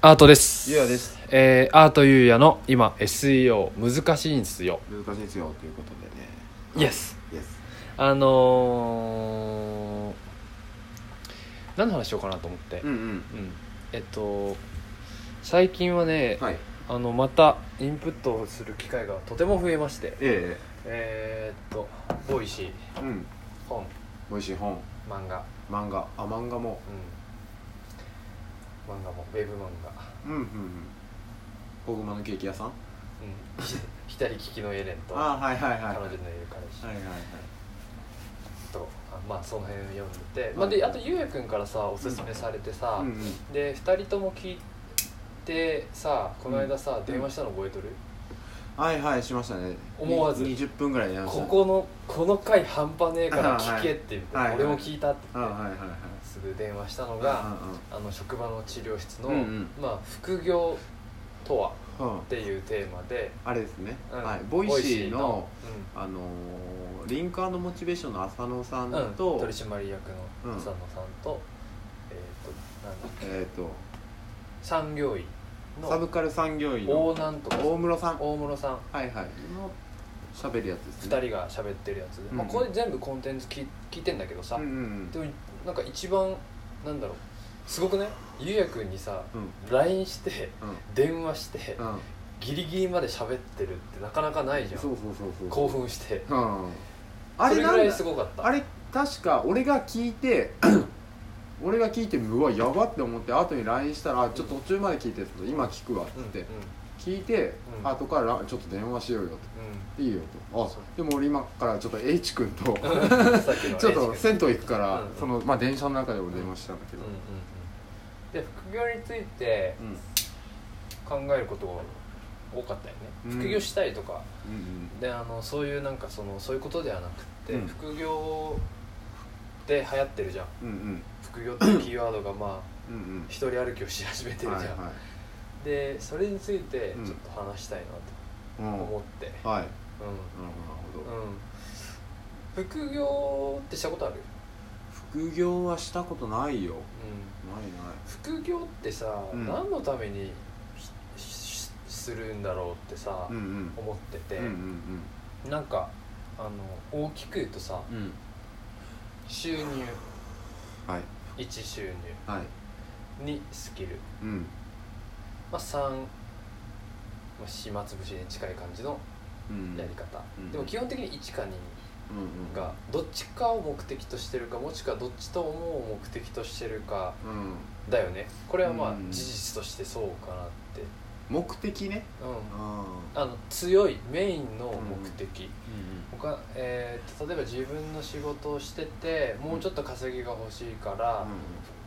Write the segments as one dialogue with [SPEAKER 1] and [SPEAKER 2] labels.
[SPEAKER 1] アートです。
[SPEAKER 2] ゆうやです。
[SPEAKER 1] えー、アートゆうやの今 SEO 難しいんすよ。
[SPEAKER 2] 難しいですよということでね。
[SPEAKER 1] Yes。
[SPEAKER 2] イエス。
[SPEAKER 1] あのー、何の話しようかなと思って。
[SPEAKER 2] うんうん。
[SPEAKER 1] うんえっと、最近はね、
[SPEAKER 2] はい。
[SPEAKER 1] あの、またインプットをする機会がとても増えまして、
[SPEAKER 2] え
[SPEAKER 1] えー、っと、ボイシー、
[SPEAKER 2] えうん。
[SPEAKER 1] 本、
[SPEAKER 2] 美味しい本、
[SPEAKER 1] 漫画、
[SPEAKER 2] 漫画、あ漫画も。
[SPEAKER 1] うん、漫画も、ウェブ漫画、
[SPEAKER 2] うんうんうん。大熊のケーキ屋さん。
[SPEAKER 1] うん、 左利きのエレンと、
[SPEAKER 2] あはいはいはい。は
[SPEAKER 1] 彼
[SPEAKER 2] いは
[SPEAKER 1] 女のい
[SPEAKER 2] い
[SPEAKER 1] る彼氏。
[SPEAKER 2] はい。
[SPEAKER 1] とあまあその辺を読んでて、
[SPEAKER 2] い
[SPEAKER 1] まあ、であとゆうやくんからさおすすめされてさ、
[SPEAKER 2] うんうん。
[SPEAKER 1] で2人とも聞いてさこの間さ、
[SPEAKER 2] ん
[SPEAKER 1] 電話したの覚えとる、
[SPEAKER 2] はいはいしましたね。
[SPEAKER 1] 思わず
[SPEAKER 2] 二十分ぐらいやりました
[SPEAKER 1] こ
[SPEAKER 2] ね。
[SPEAKER 1] このこの回半端ねえから
[SPEAKER 2] あはい
[SPEAKER 1] 聞けって言って、
[SPEAKER 2] はいはい
[SPEAKER 1] 俺も聞いたって
[SPEAKER 2] あ
[SPEAKER 1] 言って、
[SPEAKER 2] はいはいはい。
[SPEAKER 1] すぐ電話したの
[SPEAKER 2] うん
[SPEAKER 1] が、あの職場の治療室の、
[SPEAKER 2] うんうん
[SPEAKER 1] まあ、副業とは
[SPEAKER 2] うんうん。
[SPEAKER 1] っていうテーマで、
[SPEAKER 2] あれですね。
[SPEAKER 1] うん
[SPEAKER 2] はい。ボイシーの。
[SPEAKER 1] ボ
[SPEAKER 2] あのーリンクモチベーションの浅野さん
[SPEAKER 1] イシーのうん
[SPEAKER 2] と
[SPEAKER 1] 取締役の
[SPEAKER 2] うん
[SPEAKER 1] 浅野さんと、えっ、となんだっけ
[SPEAKER 2] えっと
[SPEAKER 1] 産業医
[SPEAKER 2] サ
[SPEAKER 1] の
[SPEAKER 2] ブカル産業医
[SPEAKER 1] 大
[SPEAKER 2] の
[SPEAKER 1] なんとかさん
[SPEAKER 2] 大室さん。
[SPEAKER 1] 大室さん
[SPEAKER 2] はいはいの喋るやつですね
[SPEAKER 1] 2人が喋ってるやつで、
[SPEAKER 2] うん
[SPEAKER 1] まあ、これ全部コンテンツ聞い聞いてんだけどさ、
[SPEAKER 2] うんうん
[SPEAKER 1] でもなんか一番なんだろうすごくねゆうやくんにさ
[SPEAKER 2] うん
[SPEAKER 1] LINE して
[SPEAKER 2] うん
[SPEAKER 1] 電話して
[SPEAKER 2] うんうん
[SPEAKER 1] ギリギリまで喋ってるってなかなかないじゃ
[SPEAKER 2] そ
[SPEAKER 1] ん
[SPEAKER 2] うそうそうそう
[SPEAKER 1] 興奮して
[SPEAKER 2] うんあ
[SPEAKER 1] そ
[SPEAKER 2] れ
[SPEAKER 1] れ
[SPEAKER 2] な
[SPEAKER 1] ぐ
[SPEAKER 2] ん
[SPEAKER 1] ら
[SPEAKER 2] だ
[SPEAKER 1] いすごかった
[SPEAKER 2] あれ確か俺が聞いて 俺が聞いてうわやばって思って後に LINE したら「ちょっと途中まで聞いて」って今聞くわ」っ
[SPEAKER 1] うんうん
[SPEAKER 2] つっ
[SPEAKER 1] うん
[SPEAKER 2] て聞いて
[SPEAKER 1] うん
[SPEAKER 2] 後から「ちょっと電話しようよ」と「いいよ」と「あ
[SPEAKER 1] そう
[SPEAKER 2] でも俺今からちょっと H 君と
[SPEAKER 1] さっきの
[SPEAKER 2] ちょっと
[SPEAKER 1] H 君
[SPEAKER 2] 銭湯行くから
[SPEAKER 1] うん
[SPEAKER 2] そのまあ電車の中で俺電話したんだけ
[SPEAKER 1] うん
[SPEAKER 2] ど
[SPEAKER 1] うんうんで副業について
[SPEAKER 2] うん
[SPEAKER 1] 考えることが多かったよ
[SPEAKER 2] うん
[SPEAKER 1] ね副業したいとか、
[SPEAKER 2] うん
[SPEAKER 1] であのそういうなんかそのそういうことではなくって、
[SPEAKER 2] うん
[SPEAKER 1] 副業で流行ってるじゃん
[SPEAKER 2] うんうん
[SPEAKER 1] 副業って いうキーワードがまあ
[SPEAKER 2] うんうん
[SPEAKER 1] 一人歩きをし始めてるじゃん、
[SPEAKER 2] はいはい
[SPEAKER 1] でそれについて
[SPEAKER 2] うん
[SPEAKER 1] ちょっと話したいな
[SPEAKER 2] う
[SPEAKER 1] と
[SPEAKER 2] ん
[SPEAKER 1] 思って
[SPEAKER 2] はい
[SPEAKER 1] う
[SPEAKER 2] なるほど
[SPEAKER 1] ん、うん副業ってしたことある、
[SPEAKER 2] 副業はしたことないよないない
[SPEAKER 1] 副業ってさ、
[SPEAKER 2] うん
[SPEAKER 1] 何のためにししするんだろうってさ、
[SPEAKER 2] うんうん
[SPEAKER 1] 思ってて
[SPEAKER 2] うん、
[SPEAKER 1] なんかあの大きく言うとさ
[SPEAKER 2] うんうん
[SPEAKER 1] 収入
[SPEAKER 2] はい
[SPEAKER 1] 1収入
[SPEAKER 2] はい
[SPEAKER 1] 2スキル
[SPEAKER 2] うん
[SPEAKER 1] まあ、3、まあ、暇つぶしに近い感じの
[SPEAKER 2] うん
[SPEAKER 1] やり方、
[SPEAKER 2] うん
[SPEAKER 1] でも基本的に1か
[SPEAKER 2] うんうん
[SPEAKER 1] 2がどっちかを目的としてるかもしくはどっちと思うを目的としてるか
[SPEAKER 2] うん
[SPEAKER 1] だよねこれはまあ
[SPEAKER 2] うん
[SPEAKER 1] 事実としてそうかなって、
[SPEAKER 2] 目的ね
[SPEAKER 1] うん
[SPEAKER 2] ああ
[SPEAKER 1] あの強いメインの目的、
[SPEAKER 2] うん
[SPEAKER 1] 他えーと例えば自分の仕事をしててもうちょっと稼ぎが欲しいから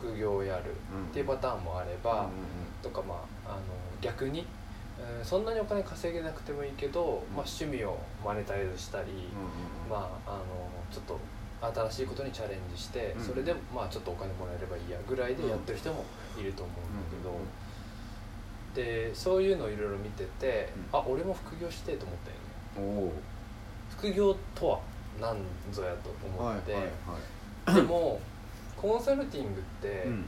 [SPEAKER 1] 副業をやる
[SPEAKER 2] うん
[SPEAKER 1] っていうパターンもあれば、とかまああの逆に、うんそんなにお金稼げなくてもいいけど、
[SPEAKER 2] うん
[SPEAKER 1] まあ、趣味をマネタイズしたり、
[SPEAKER 2] あ
[SPEAKER 1] まああのちょっと新しいことにチャレンジして、
[SPEAKER 2] うん
[SPEAKER 1] それでまあちょっとお金もらえればいいやぐらいでやってる人もいると思うんだけど、でそういうのをいろいろ見てて、
[SPEAKER 2] うん
[SPEAKER 1] あ俺も副業してえと思ったよね
[SPEAKER 2] おお
[SPEAKER 1] 副業とは何ぞやと
[SPEAKER 2] ーはい
[SPEAKER 1] 思って、
[SPEAKER 2] はいはい
[SPEAKER 1] でもコンサルティングって、
[SPEAKER 2] うん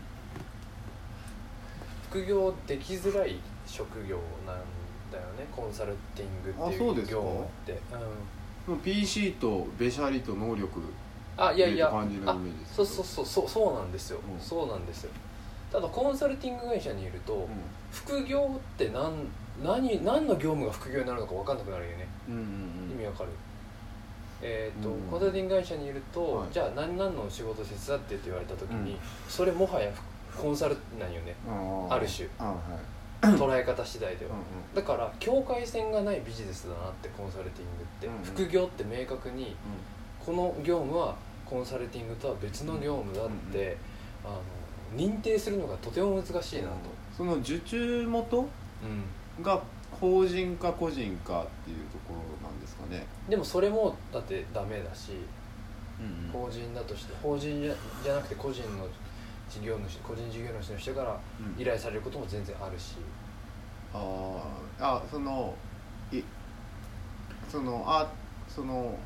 [SPEAKER 1] 副業できづらい職業なんだよねコンサルティングって
[SPEAKER 2] あ
[SPEAKER 1] い
[SPEAKER 2] そう
[SPEAKER 1] う
[SPEAKER 2] ですか
[SPEAKER 1] 業務ってうん
[SPEAKER 2] でも PC とべしゃりと能力
[SPEAKER 1] あいやいや
[SPEAKER 2] っていう感じのイメージです
[SPEAKER 1] そ
[SPEAKER 2] けど
[SPEAKER 1] うそうそうそうそうなんですよ、
[SPEAKER 2] うん
[SPEAKER 1] そうなんですよただコンサルティング会社にいると、
[SPEAKER 2] う
[SPEAKER 1] 副業って何何何の業務が副業になるのか分かんなくなるよね
[SPEAKER 2] んうん
[SPEAKER 1] 意味わかるえっ、と、
[SPEAKER 2] うん
[SPEAKER 1] コンサルティング会社にいると、
[SPEAKER 2] はい
[SPEAKER 1] じゃあ何々の仕事手伝ってって言われた時に、
[SPEAKER 2] うん
[SPEAKER 1] それもはやコンサルなんよ ね
[SPEAKER 2] うん
[SPEAKER 1] ある種
[SPEAKER 2] あはい
[SPEAKER 1] 捉え方次第では
[SPEAKER 2] うんうん
[SPEAKER 1] だから境界線がないビジネスだなってコンサルティングって、
[SPEAKER 2] うんうん
[SPEAKER 1] 副業って明確にこの業務はコンサルティングとは別の業務だって、あの認定するのがとても難しいなと、
[SPEAKER 2] その受注元
[SPEAKER 1] うん
[SPEAKER 2] が法人か個人かっていうところなんですかね、
[SPEAKER 1] でもそれもだってダメだし
[SPEAKER 2] うん
[SPEAKER 1] 法人だとして法人じゃじゃなくて個人の事業主個人事業主の人から依頼されることも全然あるし、
[SPEAKER 2] あーあそのいそのあその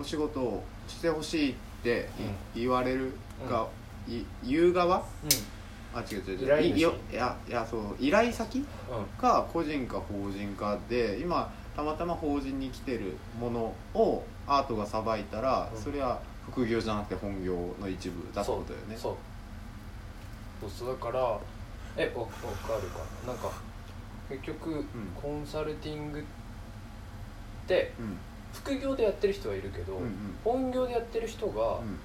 [SPEAKER 2] お仕事をしてほしいってい言われるが、い言う側あ違う違う違う
[SPEAKER 1] 依頼主
[SPEAKER 2] いよいやいやそう依頼先
[SPEAKER 1] うん
[SPEAKER 2] か個人か法人かで今たまたま法人に来てるものをアートがさばいたら、
[SPEAKER 1] うん
[SPEAKER 2] それは副業じゃなくて本業の一部だってことだよね
[SPEAKER 1] そうそうそうだからえわわかるかななんか結局、コンサルティングって
[SPEAKER 2] うん
[SPEAKER 1] 副業でやってる人はいるけど、
[SPEAKER 2] うんうん
[SPEAKER 1] 本業でやってる人が、
[SPEAKER 2] うん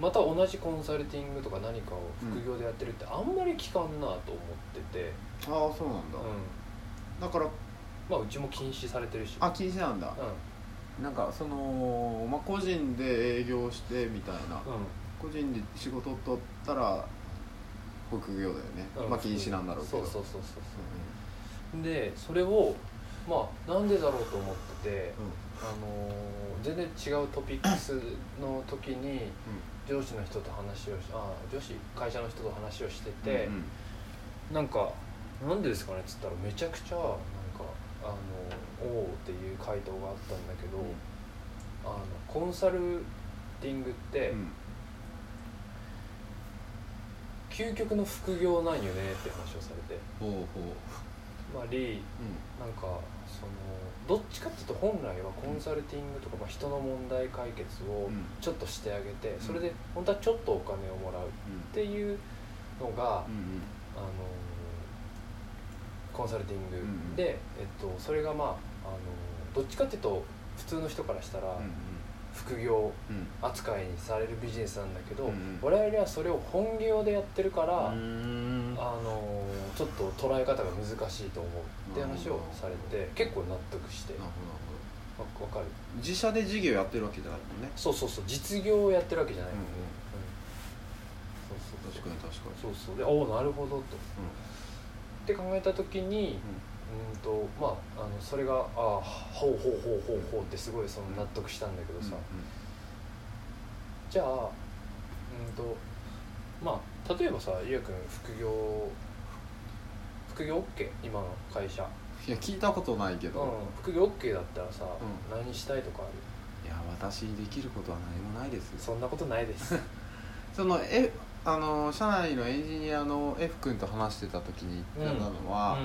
[SPEAKER 1] また同じコンサルティングとか何かを副業でやってるってあんまり聞かんなと思ってて、
[SPEAKER 2] ああそうなんだ、
[SPEAKER 1] うん
[SPEAKER 2] だから
[SPEAKER 1] まあうちも禁止されてるし
[SPEAKER 2] あ禁止なんだ
[SPEAKER 1] う
[SPEAKER 2] なんかその、まあ、個人で営業してみたいな、
[SPEAKER 1] んうん
[SPEAKER 2] 個人で仕事取ったら副業だよね、
[SPEAKER 1] うん
[SPEAKER 2] まあ禁止なんだろうけど
[SPEAKER 1] そうそうそうそう
[SPEAKER 2] うん
[SPEAKER 1] そうでそれをまあなんでだろうと思ってて、
[SPEAKER 2] うん
[SPEAKER 1] あのー全然違うトピックスの時に上司の人と話をしあ上司会社の人と話をしてて、
[SPEAKER 2] うんうん
[SPEAKER 1] なんかなんでですかねっつったらめちゃくちゃなんか「あのおう」っていう回答があったんだけど、
[SPEAKER 2] うん
[SPEAKER 1] あのコンサルティングって、
[SPEAKER 2] うん
[SPEAKER 1] 究極の副業なんよねって話をされて
[SPEAKER 2] ほうほう
[SPEAKER 1] つまりなんかそのどっちかっていうと本来はコンサルティングとか、まあ、人の問題解決
[SPEAKER 2] う
[SPEAKER 1] を
[SPEAKER 2] んうん
[SPEAKER 1] ちょっとしてあげて、それで本当はちょっとお金をもらうっていうのが、
[SPEAKER 2] うんうん
[SPEAKER 1] あのコンサルティングで、えっと、それがまあ、あのどっちかっていうと普通の人からしたら副業
[SPEAKER 2] うん
[SPEAKER 1] 扱いにされるビジネスなんだけど、
[SPEAKER 2] うんうん
[SPEAKER 1] 我々はそれを本業でやってるから、
[SPEAKER 2] うん
[SPEAKER 1] あのちょっと捉え方が難しいと思うって話をされて結構納得して
[SPEAKER 2] なるほどなる
[SPEAKER 1] わ
[SPEAKER 2] ほ
[SPEAKER 1] わ
[SPEAKER 2] ど
[SPEAKER 1] かる
[SPEAKER 2] 自社で事業やってるわけじゃないもんね
[SPEAKER 1] そうそうそう実業をやってるわけじゃないもんね、うんそうそう
[SPEAKER 2] 確かに確かに
[SPEAKER 1] そうそうでおおなるほどとって考えた時に、うんとまああのそれがあーほうほうほうほうほうってすごいその納得したんだけど
[SPEAKER 2] うん
[SPEAKER 1] さ、
[SPEAKER 2] う
[SPEAKER 1] じゃあうんとまあ例えばさゆうやくん副業副業 OK 今の会社、
[SPEAKER 2] んいや聞いたことないけ
[SPEAKER 1] うん
[SPEAKER 2] ど、
[SPEAKER 1] 副業 OK だったらさ、
[SPEAKER 2] う
[SPEAKER 1] 何したいとかある
[SPEAKER 2] いや私にできることは何もないですよ
[SPEAKER 1] そんなことないです
[SPEAKER 2] そのえあの社内のエンジニアの F 君と話してた時に言ってたの
[SPEAKER 1] う
[SPEAKER 2] は、
[SPEAKER 1] ん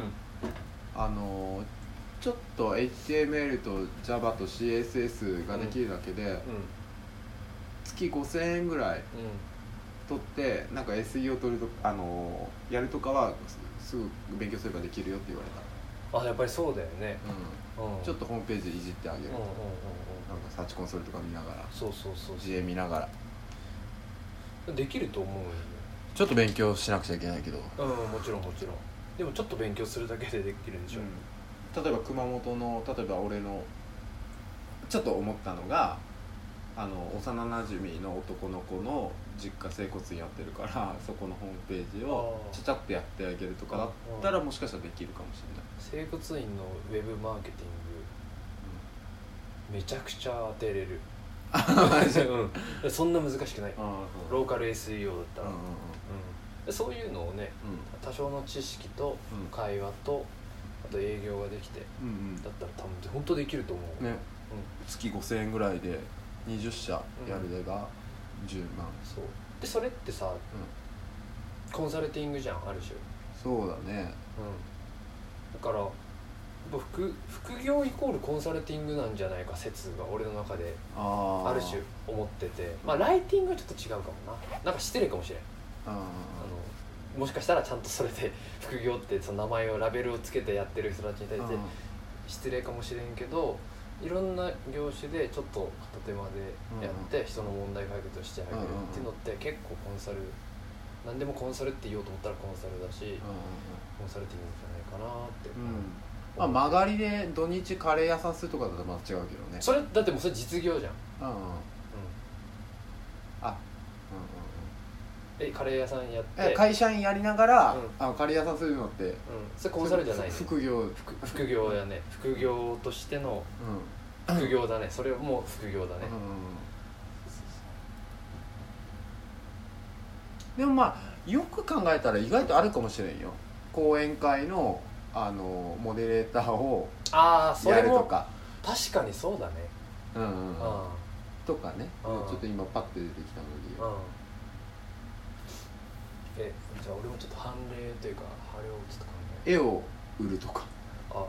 [SPEAKER 2] あのちょっと HTML と Java と CSS ができるだけで、月5000円ぐらい
[SPEAKER 1] うん
[SPEAKER 2] 取ってなんか SE を取るとあのやるとかはすすぐ勉強すればできるよって言われ
[SPEAKER 1] うんあやっぱりそうだよね、
[SPEAKER 2] た、
[SPEAKER 1] うん、
[SPEAKER 2] ちょっ
[SPEAKER 1] と
[SPEAKER 2] とホームページいじってあげ
[SPEAKER 1] う
[SPEAKER 2] る、
[SPEAKER 1] んうんうんうん
[SPEAKER 2] なんかサーチコンソールとか見ながら
[SPEAKER 1] そうそうそう
[SPEAKER 2] 自営見ながら
[SPEAKER 1] そうできると思うよね
[SPEAKER 2] ちょっと勉強しなくちゃいけないけど、
[SPEAKER 1] うんもちろんもちろんでもちょっと勉強するだけでできるんでしょ、
[SPEAKER 2] 例えば熊本の例えば俺のちょっと思ったのがあの幼なじみの男の子の実家整骨院やってるからそこのホームページを
[SPEAKER 1] あー
[SPEAKER 2] ちゃちゃっとやってあげるとかだったらもしかしたらできるかもしれない、
[SPEAKER 1] 整骨院のウェブマーケティングめちゃくちゃ当てれる うん そんな難しくない
[SPEAKER 2] あ
[SPEAKER 1] ローカル SEO だった
[SPEAKER 2] うん
[SPEAKER 1] ら、
[SPEAKER 2] う
[SPEAKER 1] うん
[SPEAKER 2] んうん
[SPEAKER 1] でそういうのをね多少の知識と
[SPEAKER 2] うん
[SPEAKER 1] 会話とあと営業ができて
[SPEAKER 2] うん
[SPEAKER 1] だったら多分本当できると思う、
[SPEAKER 2] ね月5000円ぐらいで20社やるれば10万、
[SPEAKER 1] そうでそれってさコンサルティングじゃんある種
[SPEAKER 2] そうだね
[SPEAKER 1] うん、だからやっぱ副副業イコールコンサルティングなんじゃないか説が俺の中で
[SPEAKER 2] あー
[SPEAKER 1] ある種思っててまあライティングはちょっと違うかもななんか失礼かもしれん
[SPEAKER 2] あ
[SPEAKER 1] あのもしかしたらちゃんとそれで 副業ってその名前をラベルをつけてやってる人たちに対
[SPEAKER 2] ー
[SPEAKER 1] し
[SPEAKER 2] あ
[SPEAKER 1] て失礼かもしれんけどいろんな業種でちょっと片手間でやって人の問題解決をしてあげるっていうのって結構コンサル何でもコンサルって言おうと思ったらコンサルだしコンサルティングじゃないかなって
[SPEAKER 2] ーうんまあ曲がりで土日カレー屋さんするとかだとまた違うけどね
[SPEAKER 1] それだってもうそれ実業じゃん、
[SPEAKER 2] うんうんうんうんうん
[SPEAKER 1] えカレー屋さんやって
[SPEAKER 2] え会社員やりながら、
[SPEAKER 1] うん
[SPEAKER 2] あのカレー屋さんするのって
[SPEAKER 1] うん、それコンサルじゃない、ね、
[SPEAKER 2] ふ副業うん
[SPEAKER 1] 副副業やね副業としての副業だねそれはもう副業だね、
[SPEAKER 2] でもまあよく考えたら意外とあるかもしれんよ講演会のあのモデレーターを
[SPEAKER 1] ああそ
[SPEAKER 2] や
[SPEAKER 1] れ
[SPEAKER 2] ると
[SPEAKER 1] も
[SPEAKER 2] か
[SPEAKER 1] 確かにそうだね
[SPEAKER 2] うんうんうん
[SPEAKER 1] うんうん
[SPEAKER 2] とかね、
[SPEAKER 1] うん
[SPEAKER 2] ちょっと今パッて出てきたのに、
[SPEAKER 1] うんえじゃあ俺もちょっと判例というかあれをちょっと考え
[SPEAKER 2] 絵を売るとか、
[SPEAKER 1] あ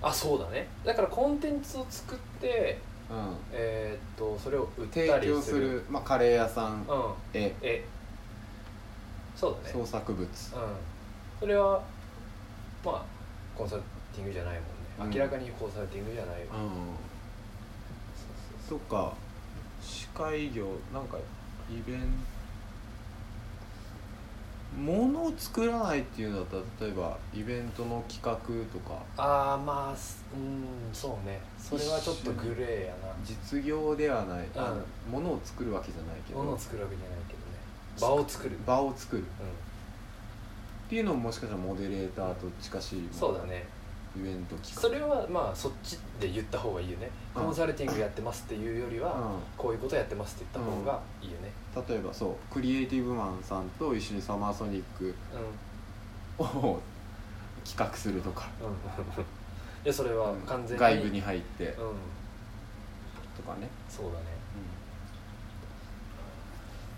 [SPEAKER 1] ああそうだねだからコンテンツを作って
[SPEAKER 2] うん、
[SPEAKER 1] えーっとそれを売った
[SPEAKER 2] 提
[SPEAKER 1] り
[SPEAKER 2] 供
[SPEAKER 1] す
[SPEAKER 2] す
[SPEAKER 1] る
[SPEAKER 2] るまあ、カレー屋さ
[SPEAKER 1] う
[SPEAKER 2] ん
[SPEAKER 1] ん
[SPEAKER 2] 絵
[SPEAKER 1] えそうだね
[SPEAKER 2] 創作物
[SPEAKER 1] うんそれはまあコンサルティングじゃないもん
[SPEAKER 2] うん
[SPEAKER 1] ね明らかにコンサルティングじゃないよ、そう
[SPEAKER 2] う
[SPEAKER 1] そ
[SPEAKER 2] んとか司会業なんかイベント物を作らないっていうのだったら例えばイベントの企画とか
[SPEAKER 1] うああまあすうんそうねそれはちょっとグレーやな
[SPEAKER 2] 実業ではない、
[SPEAKER 1] うん
[SPEAKER 2] あの物を作るわけじゃないけど
[SPEAKER 1] 物を作るわけじゃないけどね場を作る、
[SPEAKER 2] 場を作るっ
[SPEAKER 1] う
[SPEAKER 2] ていうのももしかしたらモデレーターと近しいも
[SPEAKER 1] ん、
[SPEAKER 2] の
[SPEAKER 1] そうだね
[SPEAKER 2] イベント企画
[SPEAKER 1] それはまあそっちで言った方がいいよね、
[SPEAKER 2] うん
[SPEAKER 1] コンサルティングやってますっていうよりは、こういうことやってますって言った方がいいよね
[SPEAKER 2] うん、例えばそうクリエイティブマンさんと一緒にサマーソニック
[SPEAKER 1] うん
[SPEAKER 2] を企画するとか、
[SPEAKER 1] うんでそれは
[SPEAKER 2] うん
[SPEAKER 1] 完全に
[SPEAKER 2] 外部に入って
[SPEAKER 1] うん
[SPEAKER 2] とかね、
[SPEAKER 1] そうだね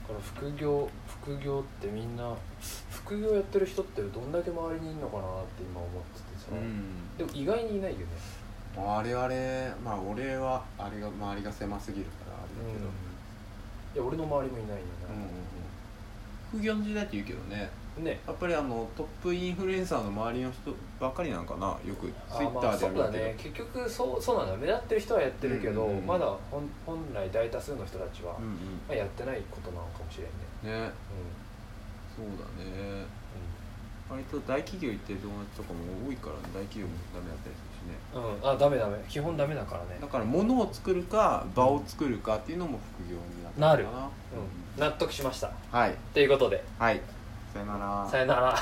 [SPEAKER 1] この副業副業ってみんな副業やってる人ってどんだけ周りにいるのかなって今思っててさ、でも意外にいないよね、
[SPEAKER 2] あれあれまあ俺はあれが周りが狭すぎるからあれだけど、
[SPEAKER 1] いや俺の周りもいないよ
[SPEAKER 2] うんうんうん副業の時代って言うけどね
[SPEAKER 1] な、ね
[SPEAKER 2] やっぱりあのトップインフルエンサーの周りの人ばっかりなんかなよくツイ
[SPEAKER 1] あ
[SPEAKER 2] ッ
[SPEAKER 1] ま
[SPEAKER 2] タ
[SPEAKER 1] あ
[SPEAKER 2] ーで
[SPEAKER 1] そ
[SPEAKER 2] は
[SPEAKER 1] う
[SPEAKER 2] 見る
[SPEAKER 1] だ
[SPEAKER 2] けど、
[SPEAKER 1] ね結局そうそうなんだ目立ってる人はやってるけど、
[SPEAKER 2] うんうんうん
[SPEAKER 1] まだ本本来大多数の人たちは、
[SPEAKER 2] う
[SPEAKER 1] ま
[SPEAKER 2] ん
[SPEAKER 1] あ、やってないことなのかもしれんね、
[SPEAKER 2] うんね
[SPEAKER 1] う
[SPEAKER 2] そうだね
[SPEAKER 1] んうん
[SPEAKER 2] 割と大企業行ってる友達とかも多いから、ね、大企業もダメだったりするしね
[SPEAKER 1] うん、あダメダメ基本ダメだからね
[SPEAKER 2] だから物を作るか場を作るかっていうのも副業になって
[SPEAKER 1] なる
[SPEAKER 2] かな
[SPEAKER 1] うん納得しました
[SPEAKER 2] はい
[SPEAKER 1] ということで
[SPEAKER 2] はいさよなら
[SPEAKER 1] さよなら